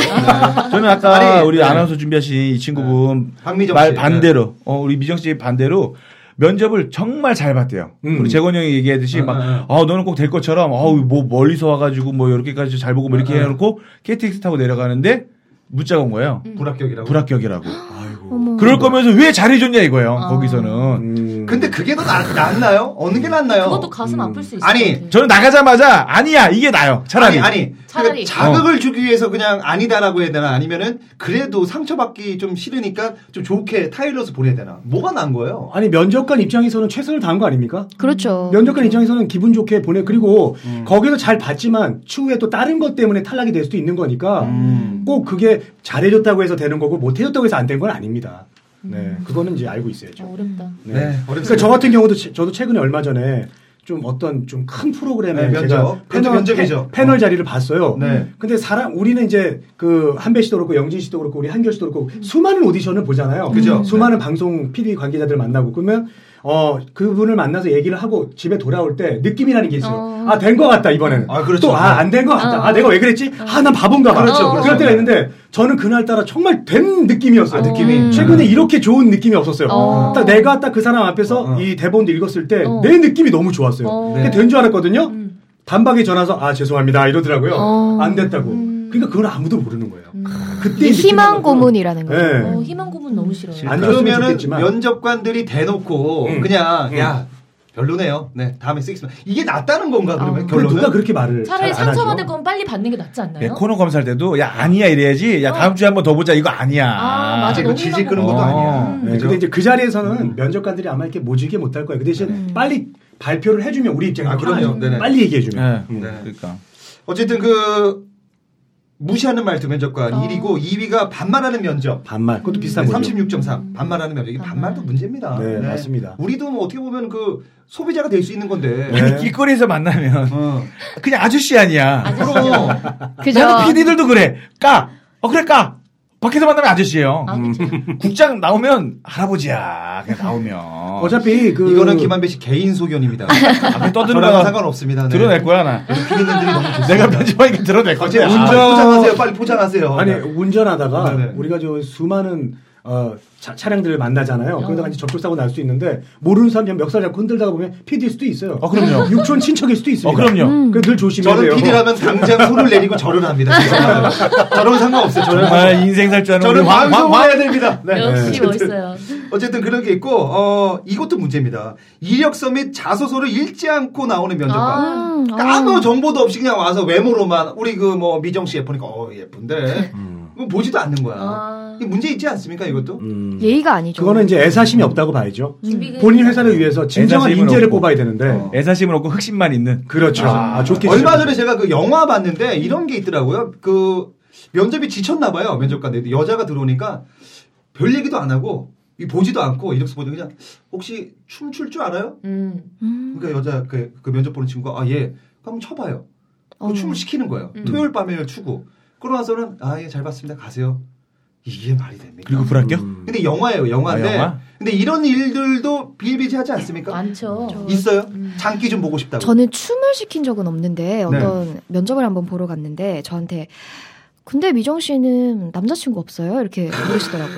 S3: *laughs*
S7: 저는 아까
S3: 아니,
S7: 우리
S3: 네.
S7: 아나운서 준비하신 이 친구분
S3: 박미정
S7: 말
S3: 씨.
S7: 반대로 어, 우리 미정 씨 반대로 면접을 정말 잘 봤대요.
S1: 음.
S7: 우리 재건이 형이 얘기하듯이
S3: 아,
S7: 막
S3: 아,
S7: 아, 너는 꼭 될 것처럼 어우 뭐 멀리서 와가지고 뭐 이렇게까지 잘 보고 뭐 이렇게 해놓고 KTX 타고 내려가는데 문자가 온 거예요.
S3: 음. 불합격이라고.
S7: 불합격이라고.
S5: 어머.
S7: 그럴 거면서 왜 잘해줬냐 이거예요.
S5: 아.
S7: 거기서는.
S1: 음.
S3: 근데 그게 더 나, 낫나요? 어느 게 낫나요?
S6: 그것도 가슴 아플 수 있어.
S3: 아니,
S7: 저는 나가자마자 아니야 이게 나요. 차라리.
S3: 아니 아니 그러니까
S6: 차라리.
S3: 자극을 주기 위해서 그냥 아니다라고 해야 되나 아니면은 그래도 상처받기 좀 싫으니까 좀 좋게 타일러서 보내야 되나 뭐가 난 거예요?
S1: 아니 면접관 입장에서는 최선을 다한 거 아닙니까?
S5: 그렇죠.
S1: 면접관 입장에서는 기분 좋게 보내 그리고 거기서 잘 봤지만 추후에 또 다른 것 때문에 탈락이 될 수도 있는 거니까 꼭 그게 잘해줬다고 해서 되는 거고 못해줬다고 해서 안 된 건 아닙니다.
S5: 음.
S1: 네, 그거는 이제 알고 있어야죠.
S6: 어렵다.
S1: 네.
S3: 네, 어렵습니다.
S1: 그러니까 저 같은 경우도 제- 저도 최근에 얼마 전에 좀 어떤 좀 큰 프로그램에
S3: 네, 면접.
S1: 제가
S3: 그것도
S1: 패널,
S3: 면접이죠.
S1: 패- 패널
S3: 어.
S1: 자리를 봤어요.
S3: 네.
S1: 근데 사람 우리는 이제 그 한배 씨도 그렇고 영진 씨도 그렇고 우리 한결 씨도 그렇고 수많은 오디션을 보잖아요. 음.
S3: 그죠. 네.
S1: 수많은 방송 PD 관계자들 만나고 그러면 어 그분을 만나서 얘기를 하고 집에 돌아올 때 느낌이라는 게 있어요.
S5: 어.
S1: 아 된 것 같다 이번에는.
S3: 아, 그렇죠.
S1: 또 아 안 된 것 같다.
S5: 어.
S1: 아 내가 왜 그랬지? 아 난 바본가 봐.
S3: 그렇죠,
S1: 럴
S3: 그렇죠.
S1: 때가 있는데 저는 그날 따라 정말 된 느낌이었어요.
S5: 아, 느낌이.
S1: 최근에 이렇게 좋은 느낌이 없었어요.
S5: 어.
S1: 딱 내가 딱 그 사람 앞에서
S3: 어, 네. 어.
S1: 이 대본도 읽었을 때 내
S5: 어.
S1: 느낌이 너무 좋았어요.
S5: 어.
S1: 그게 된 줄 알았거든요.
S6: 음.
S1: 단박에 전화서 아 죄송합니다 이러더라고요.
S5: 어.
S1: 안 됐다고.
S5: 음.
S1: 그러니까 그걸 아무도 모르는 거예요. 그때
S5: 이게 희망
S1: 고문
S5: 고문이라는 거죠.
S1: 네.
S6: 어, 희망 고문 너무 싫어요.
S3: 네.
S1: 안 좋았으면
S3: 그러면은
S1: 좋겠지만.
S3: 면접관들이 대놓고
S1: 음.
S3: 그냥
S1: 음.
S3: 야 별로네요. 네 다음에 쓰겠습니다. 이게 낫다는 건가 그러면
S5: 어.
S1: 그걸
S3: 결론은?
S1: 누가 그렇게 말을
S6: 차라리
S1: 잘안 하죠.
S6: 상처받을 거면 빨리 받는 게 낫지 않나요?
S7: 예, 코너 검사할 때도 야 아니야 이래야지. 야 다음 주에 한 번 더 보자 이거 아니야.
S6: 아, 맞아.
S3: 아직 그
S6: 너무
S3: 질질 끄는
S7: 희망
S3: 것도
S7: 없어.
S3: 아니야.
S1: 네,
S3: 그죠? 음.
S1: 근데 이제 그 자리에서는 면접관들이 아마 이렇게 모지게 못할 거예요. 그 대신 빨리 발표를 해주면 우리 입장에서
S3: 아, 그럼요.
S1: 편하죠.
S3: 네네.
S1: 빨리 얘기해주면.
S7: 예,
S1: 음.
S3: 네.
S7: 그러니까.
S3: 어쨌든 그 무시하는 말투 면접관
S6: 어.
S3: 1위고 2위가 반말하는 면접.
S1: 반말 그것도 비슷한
S3: 네,
S1: 거죠.
S3: 36.3 반말하는 면접 이게 반말도 문제입니다.
S1: 네, 맞습니다.
S3: 우리도 뭐 어떻게 보면 그 소비자가 될 수 있는 건데.
S1: 네.
S7: 길거리에서 만나면
S3: *laughs* 어.
S7: 그냥 아저씨 아니야.
S3: 그럼
S5: 그죠.
S7: 나는 PD들도 그래. 까. 어 그래 까. 밖에서 만나면 아저씨예요.
S6: 아, 그쵸.
S7: 국장 나오면 할아버지야. 그냥 나오면.
S1: 어차피 그
S3: 이거는 김한배 씨 개인 소견입니다.
S7: *laughs* 앞에 떠드는
S3: 저랑
S7: 거
S3: 상관없습니다. 네.
S7: 드러낼 거야 나.
S3: 피디님들이 너무 좋습니다.
S7: 내가 편집하니까 드러낼 거지.
S3: 어제
S7: 아,
S3: 운전 포장하세요. 빨리 포장하세요.
S1: 아니
S3: 네.
S1: 운전하다가
S3: 네, 네.
S1: 우리가 저 수많은 어, 차, 차량들을 만나잖아요.
S5: 네.
S1: 그러다가 이제 접촉사고 날 수 있는데 모르는 사람 그냥 멱살 잡고 흔들다가 보면 PD일 수도 있어요.
S3: 아,
S7: 어, 그럼요.
S1: 육촌 친척일 수도 있습니다.
S7: 어, 그럼요.
S5: 음.
S1: 그래서 늘 조심해야 돼요.
S3: 저는 PD라면 당장 손을 내리고 절을 합니다. 그 저는 상관없어요. 저는
S7: 정말 인생 살 줄 아는
S3: 저는
S7: 우리 왕- 왕-
S3: 방송을
S7: 왕-
S3: 해야 됩니다. 네.
S6: 역시 멋있어요.
S3: 어쨌든 그런 게 있고 어, 이것도 문제입니다. 이력서 및 자소서를 읽지 않고 나오는 면접관.
S6: 아,
S5: 음,
S3: 그러니까 아무 정보도 없이 그냥 와서 외모로만 우리 그 뭐 미정 씨 예쁘니까 어 예쁜데
S7: 음.
S3: 그거 보지도 않는 거야.
S6: 아.
S3: 이게 문제 있지 않습니까 이것도?
S1: 음.
S5: 예의가 아니죠. 음. 네.
S1: 그거는 이제 애사심이 없다고 봐야죠.
S6: 집이
S1: 본인 회사를
S3: 네.
S1: 위해서 진정한
S7: 애사심은
S1: 인재를
S7: 없고.
S1: 뽑아야 되는데
S3: 어.
S7: 애사심은 없고 흑심만 있는.
S1: 그렇죠. 아, 좋게
S3: 얼마
S1: 지적해
S3: 전에 제가 그 영화 봤는데 이런 게 있더라고요. 그 면접이 지쳤나 봐요 면접관들이 여자가 들어오니까 별 얘기도 안 하고 이 보지도 않고 이력서 보고 그냥 혹시 춤출 줄 알아요?
S6: 음.
S5: 음.
S3: 그러니까 여자 그, 그 면접 보는 친구가 아 예. 그럼 쳐봐요. 그
S5: 어머.
S3: 춤을 시키는 거예요.
S6: 음.
S3: 토요일 밤에 추고 그러고 나서는 아 예 잘 봤습니다 가세요. 이게 말이 됩니까?
S7: 그리고 불합격?
S1: 음.
S3: 근데 영화예요, 영화인데.
S7: 아, 영화?
S3: 근데 이런 일들도 비일비재하지 않습니까?
S6: 많죠.
S3: 있어요? 장기 좀 보고 싶다고.
S5: 저는 춤을 시킨 적은
S3: 네.
S5: 없는데 어떤 면접을 한번 보러 갔는데 저한테 근데 미정 씨는 남자친구 없어요? 이렇게 물으시더라고요.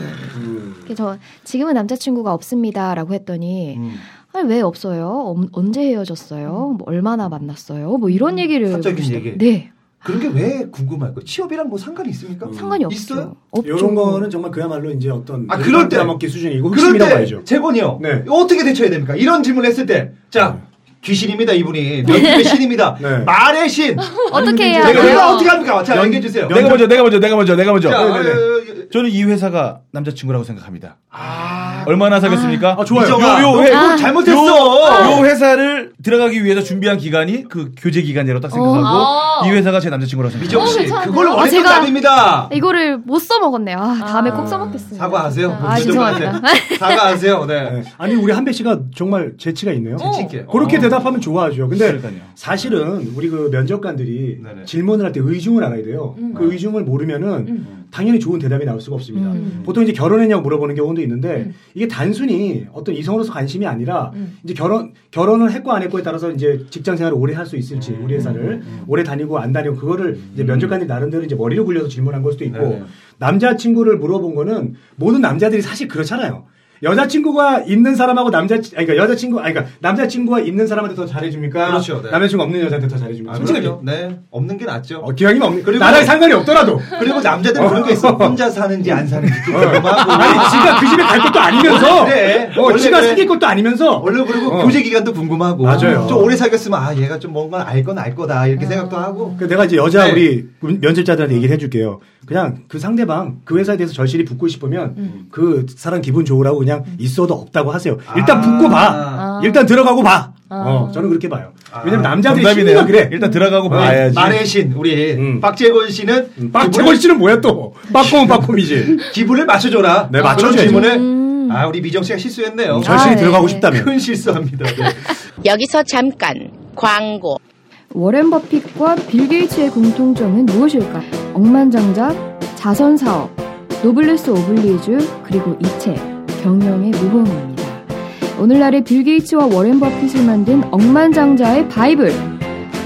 S5: 그래서 저 지금은 남자친구가 없습니다라고 했더니
S3: 음.
S5: 아니 왜 없어요? 엄- 언제 헤어졌어요? 뭐 얼마나 만났어요? 뭐 이런 얘기를
S3: 음, 사적인
S5: 물으시더라고요.
S3: 얘기.
S5: 네
S3: 그런 게 왜 궁금할까요? 취업이랑 뭐 상관이 있습니까?
S5: 상관이 없죠.
S3: 있어요?
S5: 없죠.
S1: 이런 거는 정말 그야말로 이제 어떤
S3: 아, 그럴 때.
S1: 먹기 수준이고
S3: 그럴
S1: 흑심이라고
S3: 때
S1: 뭐 봐야죠.
S3: 재건이요.
S1: 네.
S3: 어떻게 대처해야 됩니까? 이런 질문을 했을 때, 자 귀신입니다 이분이
S1: *laughs*
S3: 명품의 신입니다.
S1: 네.
S3: 말의
S5: *laughs*
S3: 신.
S5: 어떻게 해야
S3: 내가
S5: 돼요?
S3: 이거 어떻게 합니까? 자 얘기해 주세요.
S7: 내가 먼저, 내가 먼저, 내가 먼저, 내가 먼저.
S3: 자, 아,
S7: 네, 네, 네. 저는 이 회사가 남자친구라고 생각합니다.
S3: 아,
S7: 얼마나 사겠습니까?
S1: 아, 좋아요.
S3: 이정아, 너
S7: 회-
S3: 뭘 잘못했어.
S7: 요 회사를 들어가기 위해서 준비한 기간이 그 교제 기간이라고 딱 생각하고
S6: 아.
S7: 이 회사가 제 남자친구라고
S3: 미정
S7: 생각합니다.
S3: 씨,
S6: 괜찮은데요?
S3: 그걸
S6: 아,
S3: 원했던
S5: 어, 제가-
S3: 답입니다.
S5: 이거를 못 써먹었네요. 아, 다음에 꼭 써먹겠습니다.
S3: 사과하세요.
S5: 아,
S3: 정도한테.
S5: 죄송합니다.
S3: 사과하세요. 네.
S1: 네. 아니 우리 한배 씨가 정말 재치가 있네요.
S3: 재치 있게.
S1: 그렇게
S3: 어.
S1: 대답하면 좋아하죠. 근데
S7: 그러니까요.
S1: 사실은 우리 그 면접관들이
S3: 네네.
S1: 질문을 할 때 의중을 알아야 돼요.
S6: 음.
S1: 그 의중을 모르면은
S6: 음.
S1: 당연히 좋은 대답이 나올 수가 없습니다.
S5: 음.
S1: 보통 이제 결혼했냐고 물어보는 경우도 있는데 이게 단순히 어떤 이성으로서 관심이 아니라
S6: 음.
S1: 이제 결혼 결혼을 했고 안 했고에 따라서 이제 직장 생활을 오래 할 수 있을지
S3: 음.
S1: 우리 회사를 오래 다니고 안 다니고 그거를 이제 면접관이 나름대로 이제 머리를 굴려서 질문한 걸 수도 있고
S3: 네네.
S1: 남자친구를 물어본 거는 모든 남자들이 사실 그렇잖아요. 여자친구가 있는 사람하고 남자, 아니, 그러니까 여자친구, 아니, 그러니까 남자친구가 있는 사람한테 더 잘해줍니까?
S3: 그렇죠, 네.
S1: 남자친구 없는 여자한테 더 잘해줍니까?
S3: 아,
S1: 솔직하게.
S3: 그럼요. 네. 없는 게 낫죠.
S1: 어, 기왕이면 없는,
S3: 그리고-
S1: 나랑 상관이 없더라도.
S3: 그리고 남자들은 그런 게 있어. 혼자 사는지 안 사는지 궁금하고.
S1: 어. 아니, 지가 그 집에 갈 것도 아니면서.
S3: 그래.
S1: 어,
S3: 원래
S1: 지가
S3: 그래.
S1: 사귈 것도 아니면서.
S3: 원래 그리고
S1: 어.
S3: 교제 기간도 궁금하고.
S1: 맞아요.
S3: 좀 오래 사귀었으면 아 얘가 좀 뭔가 알 건 알 거다 이렇게
S5: 음.
S3: 생각도 하고.
S1: 그 내가 이제 여자
S3: 네.
S1: 우리 면접자들한테 얘기를 해줄게요. 그냥 그 상대방 그 회사에 대해서 절실히 붙고 싶으면
S5: 음.
S1: 그 사람 기분 좋으라고 그냥 있어도 없다고 하세요. 일단
S3: 아.
S1: 붙고 봐. 일단 들어가고 봐.
S5: 아.
S1: 어, 저는 그렇게 봐요.
S3: 아.
S1: 왜냐면 남자들이 심리가 그래.
S7: 일단 들어가고 봐야지.
S3: 말의 신 우리
S1: 음.
S3: 박재권 씨는
S1: 음, 박재권 씨는 뭐야 또? 빠꼼은 빠꼼이지.
S3: 기분을 맞춰줘라.
S1: 네,
S3: 그런
S1: 맞춰줘야죠. 음,
S3: 질문을 아 우리 미정 씨가 실수했네요.
S1: 절실히
S5: 음. 아, 네.
S1: 들어가고 싶다면.
S3: 큰 실수합니다. 네.
S4: 여기서 잠깐 광고.
S9: 워렌 버핏과 빌 게이츠의 공통점은 무엇일까? 억만장작, 자선사업, 노블레스 오블리주, 그리고 이체, 경영의 모험입니다. 오늘날의 빌 게이츠와 워렌 버핏을 만든 억만장자의 바이블,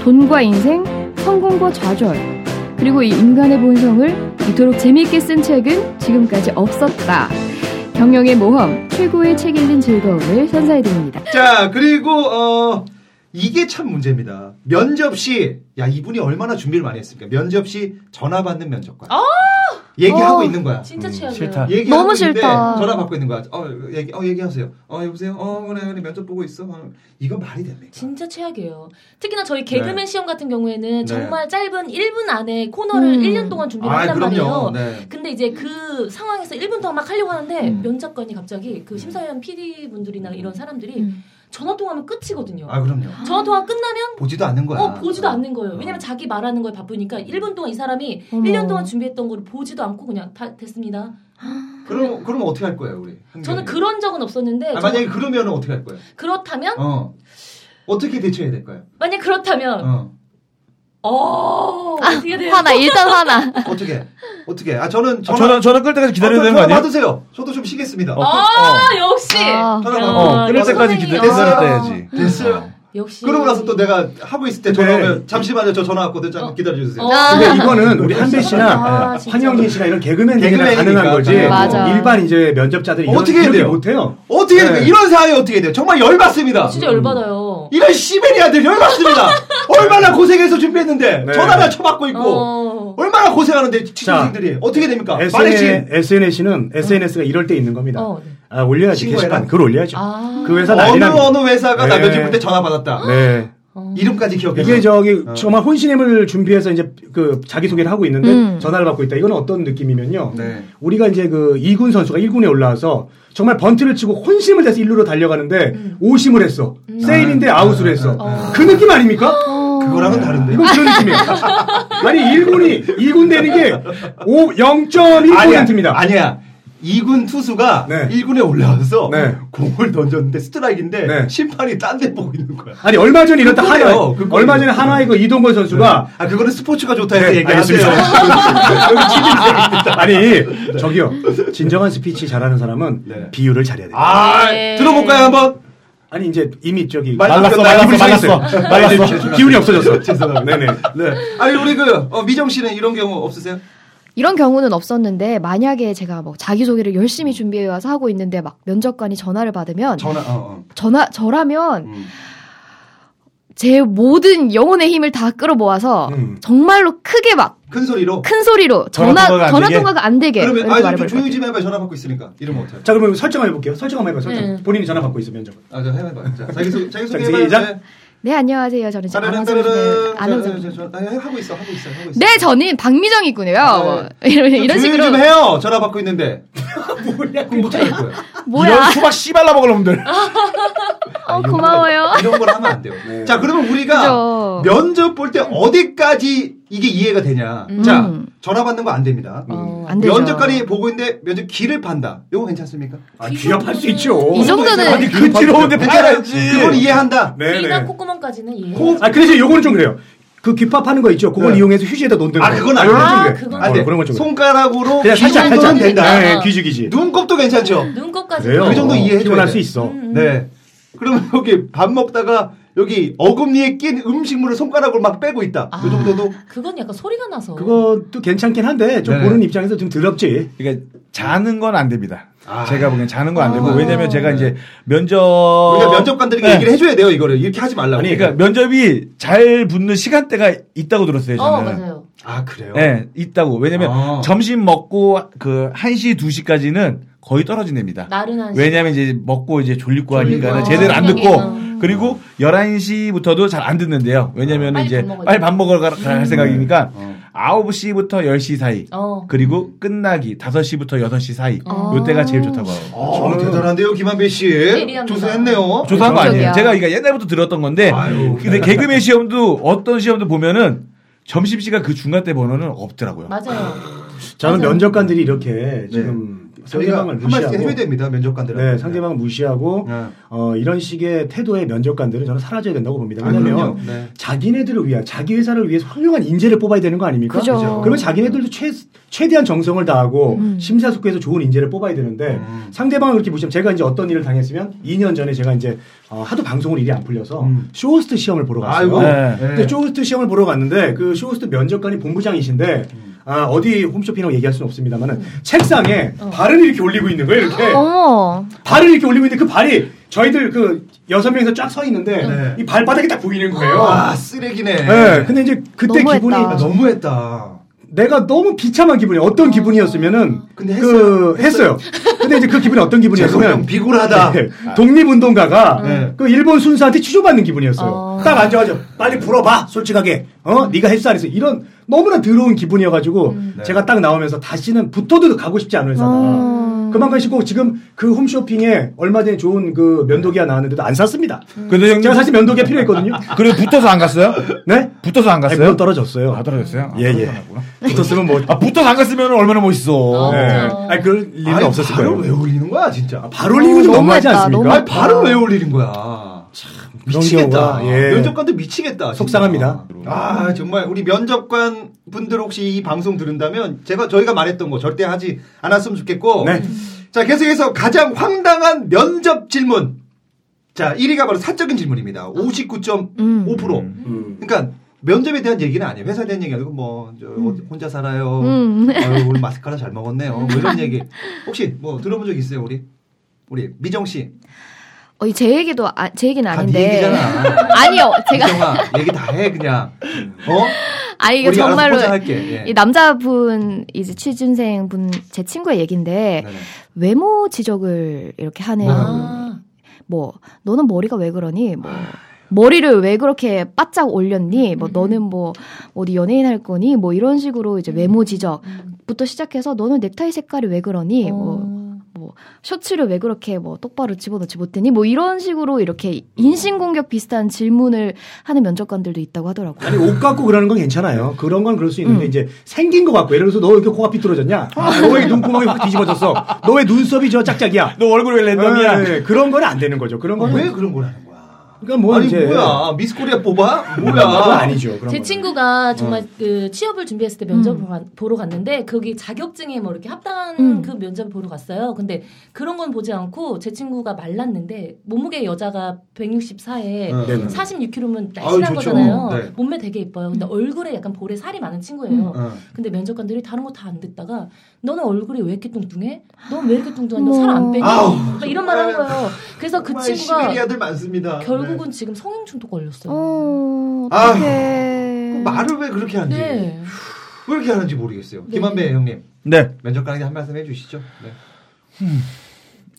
S9: 돈과 인생, 성공과 좌절, 그리고 이 인간의 본성을 이토록 재미있게 쓴 책은 지금까지 없었다. 경영의 모험, 최고의 책 읽는 즐거움을 선사해드립니다.
S3: 자, 그리고 어 이게 참 문제입니다. 면접 시, 야 이분이 얼마나 준비를 많이 했습니까? 면접 시 전화 받는 면접관. 얘기하고
S5: 어.
S3: 있는 거야.
S6: 진짜
S7: 음,
S6: 최악이야.
S7: 싫다.
S3: 얘기하고
S5: 너무
S3: 있는데
S5: 싫다.
S3: 전화 받고 있는 거야. 어 얘기, 어 얘기하세요. 어 여보세요. 어 그래 그래 면접 보고 있어. 어, 이거 말이 됩니까?
S6: 진짜 최악이에요. 특히나 저희 개그맨
S3: 네.
S6: 시험 같은 경우에는
S3: 네.
S6: 정말 짧은 1분 안에 코너를
S5: 음.
S6: 1년 동안 준비를
S3: 아
S6: 한단
S3: 그럼요.
S6: 말이에요.
S3: 네.
S6: 근데 이제 그 상황에서 1분 동안 막 하려고 하는데
S3: 음.
S6: 면접관이 갑자기 그 심사위원 PD 분들이나 이런 사람들이
S5: 음.
S6: 전화 통화하면 끝이거든요.
S3: 아 그럼요.
S6: 전화 통화 끝나면
S3: 보지도 않는 거야.
S6: 어 보지도 않는
S3: 어.
S6: 거예요. 왜냐면 자기 말하는 거에 바쁘니까 1분 동안 이 사람이
S5: 어머.
S6: 1년 동안 준비했던 거를 보지도 않고 그냥 다 됐습니다.
S3: 그럼 그럼 어떻게 할 거예요 우리? 한결이?
S6: 저는 그런 적은 없었는데
S3: 네. 아,
S6: 저는
S3: 만약에 그러면 어떻게 할 거예요?
S6: 그렇다면
S3: 어 어떻게 대처해야 될까요?
S6: 만약 그렇다면
S3: 어
S6: 어, 어떻게 돼요?
S5: 아, 화나 일단 화나.
S3: 어떻게 어떻게? 아 저는
S7: 아, 전화 전화 끌 때까지 기다려야
S3: 아,
S7: 되는 거
S3: 전화
S7: 아니야?
S3: 받으세요. 저도 좀 쉬겠습니다.
S7: 어,
S6: 아 역시
S5: 아.
S3: 전화
S6: 야,
S3: 받아.
S7: 어, 끌
S6: 역시
S7: 때까지
S6: 선생님.
S7: 기다려
S3: 됐어요.
S7: 야지
S3: 됐어요.
S6: 역시
S3: 그러고 나서 또 내가 하고 있을 때 전화
S1: 네.
S3: 오면 잠시만요. 저 전화 왔거든. 잠깐
S6: 어.
S3: 기다려주세요.
S6: 어.
S1: 근데 이거는 우리
S3: 아,
S1: 한배 씨나
S6: 아, 진짜.
S1: 황영진 씨나 이런 개그맨들이나
S3: 개그맨이니까. 그러니까.
S1: 가능한 거지.
S5: 맞아.
S1: 일반 이제 면접자들이 이런-
S3: 어떻게 해야
S1: 이렇게
S3: 돼요?
S1: 못해요.
S3: 어떻게 해야
S1: 네.
S3: 돼요? 이런 상황이 어떻게 해야 돼요? 정말 열받습니다.
S6: 진짜 열받아요.
S3: 이런 시베리아들 열받습니다. 얼마나 고생해서 준비했는데
S1: 네.
S3: 전화나 쳐받고 있고
S6: 어.
S3: 얼마나 고생하는데 취준생들이 어떻게 됩니까? 말했지.
S1: SNS는 SNS가 이럴 때 있는 겁니다.
S6: 어, 네.
S1: 아, 올려야지
S3: 신고해라.
S1: 게시판 글 올려야죠.
S6: 아.
S1: 그 회사 난리
S3: 어느
S1: 납니다.
S3: 어느 회사가 나
S1: 네.
S3: 면접 볼때 전화 받았다.
S1: 네.
S3: 이름까지 기억해.
S1: 이게 저기
S3: 어.
S1: 정말 혼신임을 준비해서 이제 그 자기 소개를 하고 있는데
S5: 음.
S1: 전화를 받고 있다. 이건 어떤 느낌이면요.
S3: 네.
S1: 우리가 이제 그 2군 선수가 1군에 올라와서 정말 번트를 치고 혼심을 내서 1루로 달려가는데 오심을 했어. 세일인데 아웃을 했어. 그 느낌 아닙니까?
S3: 그거랑은 다른데.
S1: 이건 그런 느낌이에요. 아니 1군이 2군 되는 게 5,
S3: 아니야,
S1: 0.1%입니다.
S3: 아니야. 2군 투수가
S1: 네.
S3: 1군에 올라와서
S1: 네.
S3: 공을 던졌는데 스트라이크인데
S1: 네.
S3: 심판이 딴 데 보고 있는 거야.
S1: 아니 얼마 전에 이렇다
S3: 그거예요.
S1: 하나
S3: 그거예요.
S1: 얼마 전에 하나의 그 이동건 선수가
S3: 아 그거는 스포츠가 좋다 해서
S1: 네,
S3: 얘기하세요.
S1: *laughs* 아니 저기요 진정한 스피치 잘하는 사람은
S3: 네.
S1: 비유를 잘해야 돼요.
S3: 아
S6: 네.
S3: 들어볼까요 한번?
S1: 아니 이제 이미 저기
S3: 말-
S7: 말랐어,
S3: 기분이
S7: 말랐어,
S3: 상했어요.
S7: 말랐어,
S1: 아, 이제
S7: 말랐어.
S1: *laughs* 기- 기운이 없어졌어. 죄송합니다. 네네.
S3: 네. 아니 우리 그 어, 미정 씨는 이런 경우 없으세요?
S5: 이런 경우는 없었는데 만약에 제가 뭐 자기 소개를
S3: 음.
S5: 열심히 준비해 와서 하고 있는데 막 면접관이 전화를 받으면
S3: 전화 어, 어.
S5: 전화 저라면
S3: 음.
S5: 제 모든 영혼의 힘을 다 끌어모아서
S1: 음.
S5: 정말로 크게 막 큰
S3: 큰 소리로.
S5: 소리로
S7: 전화
S5: 전화
S7: 통화가 안
S5: 전화
S7: 되게?
S5: 통화가 안 되게
S3: 그러면
S5: 이렇게
S3: 아좀
S5: 예, 말해버릴 것
S3: 조용히
S5: 같아요.
S3: 좀 해봐 요 전화 받고 있으니까 이러면 어떡해?
S1: 자 그러면 설정 한번 해볼게요. 설정 한번 해봐. 설정.
S6: 네.
S1: 본인이 전화 받고 있으면 좀.
S3: 아저 해봐. 자 자기 소개 자기 소개
S1: 자,
S3: 해봐요.
S1: 시작.
S3: 네.
S5: 네 안녕하세요. 저는 지금
S3: 따르릉
S5: 아나운서
S3: 따르릉.
S5: 아나운서.
S3: 자, 자, 자, 자, 아, 하고 있어 하고 있어 하고 있어.
S5: 네 저는 박미정이군요. 뭐 이런
S3: 네. 좀
S5: 이런
S3: 조용히
S5: 식으로
S3: 좀 해요. 전화 받고 있는데. 뭐냐? 그럼 못할 거예요.
S5: 뭐야?
S7: 이런 수박 씨발라 먹을 놈들.
S5: 어, 고마워요.
S3: 아, 이런 걸 하면 안 돼요. 자, 그러면 우리가
S5: 그죠.
S3: 면접 볼 때 어디까지 이게 이해가 되냐.
S6: 음.
S3: 자, 전화 받는 거 음. 안 됩니다.
S6: 어,
S5: 안 되죠.
S3: 면접관이 보고 있는데 면접 길을 판다. 이거 괜찮습니까?
S1: 아 귀합할 수
S3: 뭐
S1: 있죠.
S5: 이 정도는
S1: 아니
S7: 그 뒤로 오는데
S3: 괜찮아요?
S7: 팔아야지.
S3: 그걸 이해한다.
S6: 귀나
S1: 네네.
S6: 콧구멍까지는 예. 이해.
S1: 아 근데 요거는 좀 그래요. 그 귀팝하는 거 있죠. 그걸
S3: 네.
S1: 이용해서 휴지에다 놓는 거.
S3: 아, 그건
S1: 아, 요런
S3: 아니에요.
S1: 좀
S6: 아,
S1: 그래.
S6: 그건
S1: 어,
S3: 안 돼.
S1: 그런 건좀 그래.
S3: 손가락으로
S1: 그냥
S3: 이
S1: 살짝
S3: 정도는
S1: 살짝.
S3: 된다.
S1: 네, 음,
S6: 아.
S1: 귀죽이지.
S3: 눈곱도 괜찮죠?
S6: 눈곱까지.
S1: 그래요.
S3: 그 정도 이해해줘야
S1: 피곤할
S3: 돼.
S1: 수 있어.
S3: 네. 그러면 여기 밥 먹다가 여기 어금니에 낀 음식물을 손가락으로 막 빼고 있다.
S1: 아.
S3: 이 정도도
S6: 아, 그건 약간 소리가 나서. 어,
S1: 그것도 괜찮긴 한데 좀
S3: 네네.
S1: 보는 입장에서 좀 더럽지.
S7: 그러니까 자는 건 안 됩니다.
S3: 아.
S7: 제가 보기엔 자는 거 안 되고
S3: 아.
S7: 왜냐면 제가 이제 면접
S1: 어.
S3: 우리가 면접관들에게
S1: 네.
S3: 얘기를 해줘야 돼요 이거를 이렇게 하지 말라고.
S7: 아니 그러니까 면접이 잘 붙는 시간대가 있다고 들었어요 저는.
S6: 어, 맞아요.
S3: 아 그래요?
S7: 네, 있다고. 왜냐면
S3: 아.
S7: 점심 먹고 그 1시, 2시까지는 거의 떨어진 애입니다.
S6: 나른한 시간.
S7: 왜냐면 이제 먹고 이제 졸리고 하니까
S6: 졸리고.
S7: 제대로 안
S6: 음.
S7: 듣고 그리고 11시부터도 잘 안 듣는데요. 왜냐면
S6: 빨리
S7: 이제
S6: 밥 먹어야
S7: 빨리
S6: 돼.
S7: 밥 먹으러 가- 갈 생각이니까
S3: 어.
S7: 9시부터 10시 사이
S6: 어.
S7: 그리고 끝나기 5시부터 6시 사이
S6: 어.
S7: 요때가 제일 좋다고 하고.
S3: 아, 대단한데요 김한배 씨.
S6: 예리합니다. 어,
S3: 조사했네요.
S7: 조사한 거 아니에요.
S5: 그러게요.
S7: 제가 이거 옛날부터 들었던 건데
S3: 아유.
S7: 근데 개그맨 시험도 어떤 시험도 보면은 점심시간 그 중간 때 번호는 없더라고요.
S6: 맞아요.
S1: 저는 면접관들이 이렇게 지금
S3: 네. 저희가 한
S1: 상대방을
S3: 말씀 해줘야
S1: 무시하고
S3: 됩니다 면접관들한테.
S1: 네, 상대방을 무시하고
S3: 네.
S1: 어, 이런 식의 태도의 면접관들은 저는 사라져야 된다고 봅니다.
S3: 아,
S1: 왜냐면
S3: 그럼요. 네.
S1: 자기네들을 위한 자기 회사를 위해서 훌륭한 인재를 뽑아야 되는 거 아닙니까?
S5: 그죠.
S3: 그죠.
S1: 그러면 자기네들도 최, 최대한 정성을 다하고
S5: 음.
S1: 심사숙고해서 좋은 인재를 뽑아야 되는데
S3: 음.
S1: 상대방을 그렇게 무시하면 제가 이제 어떤 일을 당했으면 2년 전에 제가 이제 어, 하도 방송을 일이 안 풀려서
S3: 음.
S1: 쇼호스트 시험을 보러 갔어요.
S3: 아이고.
S7: 네.
S1: 근데 쇼호스트 시험을 보러 갔는데 그 쇼호스트 면접관이 본부장이신데
S3: 음.
S1: 아, 어디 홈쇼핑이라고 얘기할 수는 없습니다만은 책상에 발을 이렇게 올리고 있는 거예요, 이렇게.
S5: 음. 어.
S3: 그-
S5: 어머.
S1: 발을 이렇게 올리고 있는데 그 발이 저희들 그 여섯 명이서 쫙 서 있는데
S3: 네.
S1: 이 발바닥이 딱 보이는 거예요.
S3: 아 쓰레기네.
S1: 네, 근데 이제 그때
S5: 너무했다.
S1: 기분이
S3: 아, 너무했다.
S1: 내가 너무 비참한 기분이 어떤 기분이었으면은
S3: 근데
S1: 그 했어요. 근데 이제 그 기분이 어떤
S3: 죄송해요
S1: 기분이었으면
S3: 비굴하다.
S1: 네, 독립운동가가
S3: 네.
S1: 그 일본 순사한테 추종받는 기분이었어요.
S5: 어.
S1: 딱 앉아가지고 빨리 불어봐 솔직하게 어 네가 했어 안 했어 이런 너무나 더러운 기분이어가지고 제가 딱 나오면서 다시는 붙어도 가고 싶지 않은 회사다.
S5: 어.
S1: 그만큼 싶고 지금 그 홈쇼핑에 얼마 전에 좋은 그 면도기가 나왔는데도 안 샀습니다.
S7: 근데 형님
S1: 제가 사실 면도기가 필요했거든요.
S7: 그리고 붙어서 안 갔어요?
S1: 네?
S7: 붙어서 안
S1: 아니,
S7: 갔어요?
S1: 물론 떨어졌어요.
S7: 아, 떨어졌어요? 아,
S1: 예, 예.
S7: 떨어졌구나.
S1: 붙었으면 뭐
S7: 아, 붙어서 안 갔으면 얼마나 멋있어.
S6: 어.
S1: 네.
S6: 맞아.
S1: 아니 그럴 일은
S3: 아니,
S1: 없었을
S3: 발을
S1: 거예요.
S3: 왜 올리는 거야 진짜?
S1: 바로 리고 좀
S5: 너무
S1: 너무하지
S5: 했다,
S1: 않습니까?
S5: 너무
S3: 아니
S1: 아니,
S5: 했다.
S3: 발을 왜 올리는 거야?
S1: 그런
S3: 미치겠다.
S1: 경우가, 예.
S3: 면접관들 미치겠다. 진짜.
S1: 속상합니다.
S3: 아 정말 우리 면접관 분들 혹시 이 방송 들은다면 제가 저희가 말했던 거 절대 하지 않았으면 좋겠고.
S1: 네.
S3: 자 계속해서 가장 황당한 면접 질문. 자 1위가 바로 사적인 질문입니다. 59.5%.
S5: 음.
S1: 네.
S3: 그러니까 면접에 대한 얘기는 아니에요. 회사에 대한 얘기 아니고 뭐 저, 혼자 살아요.
S5: 음.
S3: 아유, 오늘 마스카라 잘 먹었네요. 뭐 이런 얘기. 혹시 뭐 들어본 적 있어요, 우리? 우리 미정 씨.
S5: 어, 이제 얘기도 아, 제 얘기는
S3: 다
S5: 아닌데.
S3: 네 얘기잖아.
S5: 아니요, 제가
S3: 미정아, 얘기 다 해 그냥. 어?
S5: 아 이게
S3: 우리 알아서
S5: 정말로
S3: 포장할게. 예.
S5: 이 남자분 이제 취준생 분 제 친구의 얘긴데
S3: 네네.
S5: 외모 지적을 이렇게 하는
S6: 아,
S5: 뭐 너는 머리가 왜 그러니 뭐 머리를 왜 그렇게 바짝 올렸니
S3: 음.
S5: 뭐 너는 뭐 어디 연예인 할 거니 뭐 이런 식으로
S3: 음.
S5: 이제 외모 지적부터 시작해서 너는 넥타이 색깔이 왜 그러니 뭐
S6: 어.
S5: 셔츠를 왜 그렇게 뭐 똑바로 집어넣지 못했니 뭐 이런 식으로 이렇게 인신공격 비슷한 질문을 하는 면접관들도 있다고 하더라고요.
S1: 아니 옷 갖고 그러는 건 괜찮아요. 그런 건 그럴 수 있는데 이제 생긴 거 갖고 예를 들어서 너 왜 이렇게 코가 삐뚤어졌냐? 아, 너 왜 눈구멍이 확 뒤집어졌어? 너 왜 눈썹이 저 짝짝이야?
S7: 너 얼굴 왜 랜덤이야?
S1: 예, 예. 그런 건 안 되는 거죠. 그런 거는
S3: 어, 왜 그런 걸 하는 거야?
S1: 그러니까 뭐
S3: 아니
S1: 이제
S3: 뭐야? 미스코리아 뽑아? 뭐야?
S1: 그건 아니죠. 그런
S6: 제
S1: 거는.
S6: 친구가 정말 그 취업을 준비했을 때 면접
S1: 음.
S6: 을 보러 갔는데 거기 자격증에 뭐 이렇게 합당한
S5: 음.
S6: 그 면접 을 보러 갔어요. 근데 그런 건 보지 않고 제 친구가 말랐는데 몸무게 여자가 164에
S3: 네, 네.
S6: 46kg면
S3: 아유, 좋죠.
S6: 날씬한 거잖아요.
S3: 네.
S6: 몸매 되게 예뻐요. 근데 얼굴에 약간 볼에 살이 많은 친구예요.
S3: 어.
S6: 근데 면접관들이 다른 거 다 안 듣다가 너는 얼굴이 왜 이렇게 뚱뚱해? 넌 왜 이렇게 뚱뚱해? 너 살 안 빼니?
S3: 아우.
S6: 막 이런 말 하는 거예요. 그래서 그
S3: 정말
S6: 친구가
S3: 시베리아들 많습니다.
S6: 결국은 지금 성인 중독 걸렸어요.
S5: 어,
S3: 음. 아휴,
S5: 어떡해.
S3: 네. 말을 왜 그렇게 하는지
S6: 네.
S3: 왜 이렇게 하는지 모르겠어요.
S6: 네.
S3: 김한배 형님
S7: 네.
S3: 면접관에게 한 말씀 해주시죠. 네.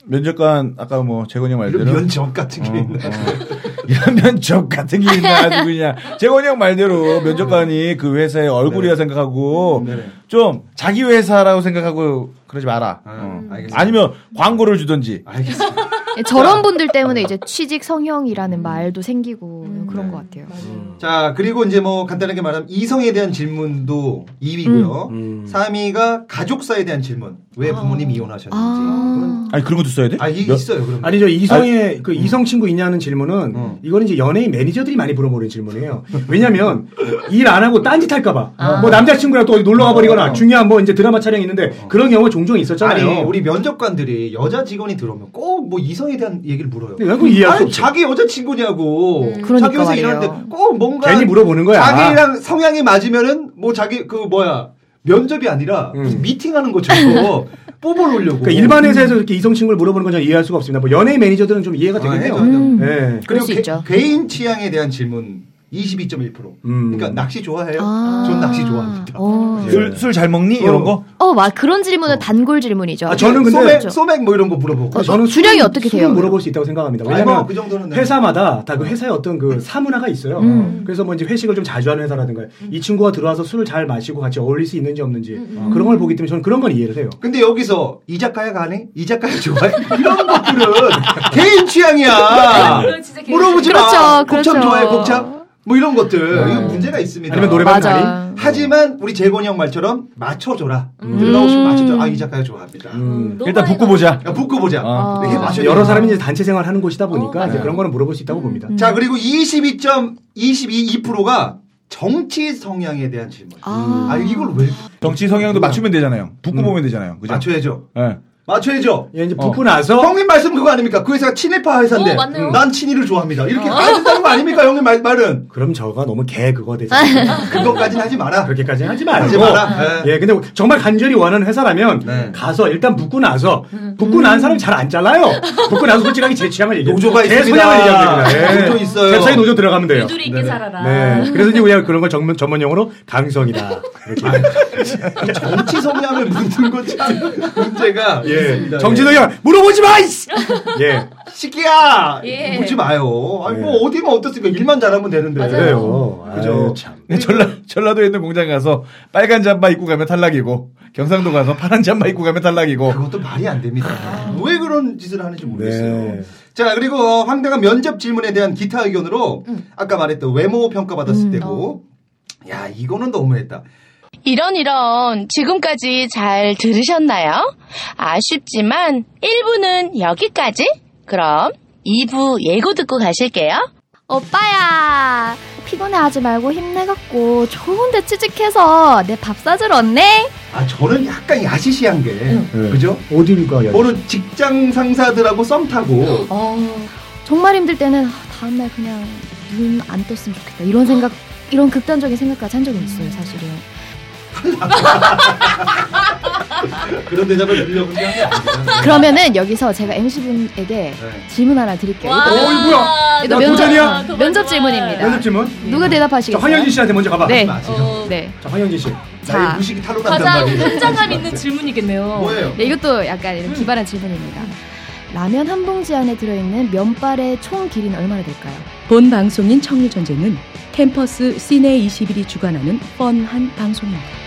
S7: 면접관, 아까 뭐, 재건이 형 말대로.
S3: 이런 면접 같은 게
S7: 어,
S3: 있나? 네.
S7: 어. *laughs* 이런 면접 같은 게 있나 아주 그냥 재건이 형 말대로 면접관이 그 회사의 얼굴이라 생각하고
S3: 네. 음, 네네.
S7: 좀 자기 회사라고 생각하고 그러지 마라.
S3: 아,
S7: 어.
S3: 알겠습니다.
S7: 아니면 광고를
S3: *laughs*
S7: 주든지.
S3: 알겠습니다.
S5: 예, 저런 분들 때문에 이제 취직 성형이라는 말도 생기고 그런 것 같아요.
S3: 자 그리고 이제 뭐 간단하게 말하면 이성에 대한 질문도 2위고요. 3위가 가족사에 대한 질문. 왜 부모님 이혼하셨는지.
S5: 아.
S7: 아니 그런 것도 써야 돼?
S3: 아, 이
S7: 면-
S3: 있어요. 그럼
S1: 아니 저 이성의 그 이성 친구 있냐는 질문은
S3: 음.
S1: 이거는 이제 연예인 매니저들이 많이 물어보는 질문이에요. 왜냐면 일 안 하고 딴짓 할까봐 뭐 남자친구랑 또 어디 놀러 가버리거나
S3: 어.
S1: 중요한 뭐 이제 드라마 촬영 이 있는데 그런 경우가 종종 있었잖아요.
S3: 아니 우리 면접관들이 여자 직원이 들어오면 꼭 뭐 이성에 대한 얘기를 물어요.
S1: 근데 그건 네, 이해할 수
S3: 아니
S1: 없어.
S3: 자기 여자 친구냐고.
S5: 그러니까
S3: 자기 회사
S5: 말이에요.
S3: 일하는데 꼭 뭔가
S1: 괜히 물어보는 거야.
S3: 자기랑 성향이 맞으면은 뭐 자기 그 뭐야 면접이 아니라 무슨
S1: 음.
S3: 미팅하는 것처럼 *laughs* 뽑아놓으려고.
S1: 그러니까 일반 회사에서 이렇게 이성 친구를 물어보는 건 전 이해할 수가 없습니다. 뭐 연예인 매니저들은 좀 이해가
S3: 아,
S1: 되긴 해요.
S3: 해줘야 돼요.
S1: 예. 네.
S5: 음, 그럴
S3: 그리고
S5: 수
S3: 개-
S5: 있죠.
S3: 개인 취향에 대한 질문 22.1%.
S1: 음.
S3: 그러니까 낚시 좋아해요?
S5: 아.
S3: 전 낚시 좋아합니다.
S5: 어,
S7: 술 잘 먹니? 이런 거?
S5: 어, 막 그런 질문은 단골 질문이죠.
S1: 아, 저는 근데-
S3: 소맥,
S5: 그렇죠.
S3: 소맥 뭐 이런 거 물어보고.
S5: 어,
S1: 아, 저는
S5: 수량이
S1: 술은-
S5: 어떻게
S1: 술은
S5: 돼요?
S1: 물어볼 수 있다고 생각합니다.
S3: 아니,
S1: 왜냐면
S3: 뭐그 정도는 네.
S1: 회사마다 다 그 회사의 어떤
S3: *laughs*
S1: 그 사문화가 있어요.
S5: 음.
S1: 그래서 뭐 이제 회식을 좀 자주 하는 회사라든가 이 친구가 들어와서 술을 잘 마시고 같이 어울릴 수 있는지 없는지
S5: 음,
S1: 아, 그런 걸 보기 때문에 저는 그런 건 이해를 해요.
S3: 근데 여기서 이 작가야 가네? 이 작가야 좋아해? 이런 것들은 개인 취향이야.
S1: 네.
S6: 그건 진짜 개인
S3: 물어보지 마.
S5: 그렇죠, 그렇죠.
S3: 곱창 좋아해, 곱창? 뭐 이런 것들. 이거 문제가 있습니다.
S1: 네. 아니면 노래방
S5: 맞아.
S1: 자리.
S3: 하지만 우리 재곤이 형 말처럼 맞춰줘라.
S5: 음.
S3: 음. 들어가고 싶으면 맞춰줘. 아, 이 작가야 좋아합니다.
S1: 음.
S7: 일단 붙고 보자.
S3: 야, 붙고 보자.
S7: 아.
S5: 음.
S3: 이렇게 맞춰
S1: 여러 사람이 이제 단체 생활 하는 곳이다 보니까
S6: 어,
S1: 이제 그런 거는 물어볼 수 있다고
S5: 음.
S1: 봅니다.
S3: 자, 그리고 22.22%가 정치 성향에 대한 질문.
S5: 아.
S3: 아, 이걸 왜
S7: 정치 성향도 맞추면 되잖아요. 붙고 보면 되잖아요.
S3: 음.
S7: 그죠?
S3: 맞춰야죠.
S7: 예.
S3: 맞춰야죠.
S1: 예, 이제
S7: 어.
S1: 붙고 나서
S3: 형님 말씀 그거 아닙니까? 그 회사가 친일파 회사인데
S6: 어, 맞네요. 어?
S3: 난 친일을 좋아합니다. 이렇게 해야 된다는 거 아닙니까? 형님 말, 말은
S1: 그럼 저가 너무 개 그거
S5: *laughs*
S1: 되잖아요.
S3: 그것까지는 하지 마라.
S1: 그렇게까지 하지
S3: 하지
S1: 말고.
S3: 마라.
S1: 예, 근데 정말 간절히 원하는 회사라면
S3: 네.
S1: 가서 일단 붙고 나서 붙고 난 사람 잘 안 *laughs* 잘라요. 붙고 나서 솔직하게 제 취향을 얘기해요.
S3: 노조가
S1: 제
S3: 있습니다.
S1: 소양을 얘기합니다. 예.
S3: 노조 있어요.
S1: 웹사이 노조 들어가면 돼요.
S6: 유두리 있게 살아라.
S1: 네. 그래서 이제 그냥 그런 걸 전문 전문 용어로 강성이다.
S3: 아,
S1: 이렇게.
S3: 정치 성향을 묻는 것참 문제가
S1: 예.
S3: 있습니다.
S1: 정진호 형 물어보지 마. 이씨! 예.
S3: 시기야
S6: 예.
S3: 묻지 마요. 아니
S1: 예.
S3: 뭐 어디면 어떻습니까? 일만 잘하면 되는데.
S1: 그래요.
S3: 그죠.
S1: 아유, 참.
S7: 네,
S1: 네,
S7: 전라, 전라도에 있는 공장 가서 빨간 잠바 입고 가면 탈락이고, 경상도 가서 파란 잠바 입고 가면 탈락이고,
S3: 그것도 말이 안 됩니다.
S6: 아.
S3: 왜 그런 짓을 하는지 모르겠어요.
S1: 네.
S3: 자, 그리고 어, 황당한 면접 질문에 대한 기타 의견으로
S6: 음.
S3: 아까 말했던 외모 평가 받았을 때고, 야, 이거는 너무했다.
S4: 이런 이런 지금까지 잘 들으셨나요? 아쉽지만 1부는 여기까지. 그럼 2부 예고 듣고 가실게요.
S5: 오빠야, 피곤해하지 말고 힘내갖고 좋은데 취직해서 내 밥 사주러 왔네.
S3: 아, 저는 약간 야시시한 게,
S1: 네.
S3: 그죠?
S1: 어딜 가야
S3: 어느 직장 상사들하고 썸 타고,
S6: 어,
S5: 정말 힘들 때는 아, 다음날 그냥 눈 안 떴으면 좋겠다. 이런 생각, 이런 극단적인 생각까지 한 적은 있어요, 사실은.
S3: 그런 대답을 들려고 한게 아니라.
S5: 그러면은 여기서 제가 MC분에게
S3: 네.
S5: 질문 하나 드릴게요.
S6: 와.
S5: 어, 이거
S6: 야,
S5: 이거
S6: 도전이야.
S5: 면접,
S6: 도전,
S5: 면접
S6: 도전.
S5: 질문입니다.
S1: 면접 질문.
S5: 누가
S1: 자,
S5: 대답하시겠어요?
S1: 황영진 씨한테 음. 먼저 가봐.
S5: 네.
S3: 마세요.
S5: 네.
S1: 자, 황영진 씨.
S5: 자,
S3: 나의 무식이 탈로난단
S6: 어, 가장
S1: 네.
S3: 말이에요.
S6: 현장감 있는 질문이겠네요.
S3: 뭐예요?
S5: 네, 이것도 약간
S1: 음.
S5: 이런 기발한 질문입니다. 라면 한 봉지 안에 들어있는 면발의 총 길이는 얼마나 될까요?
S10: 본 방송인 청류전쟁은 캠퍼스 시내 21이 주관하는 뻔한 방송입니다.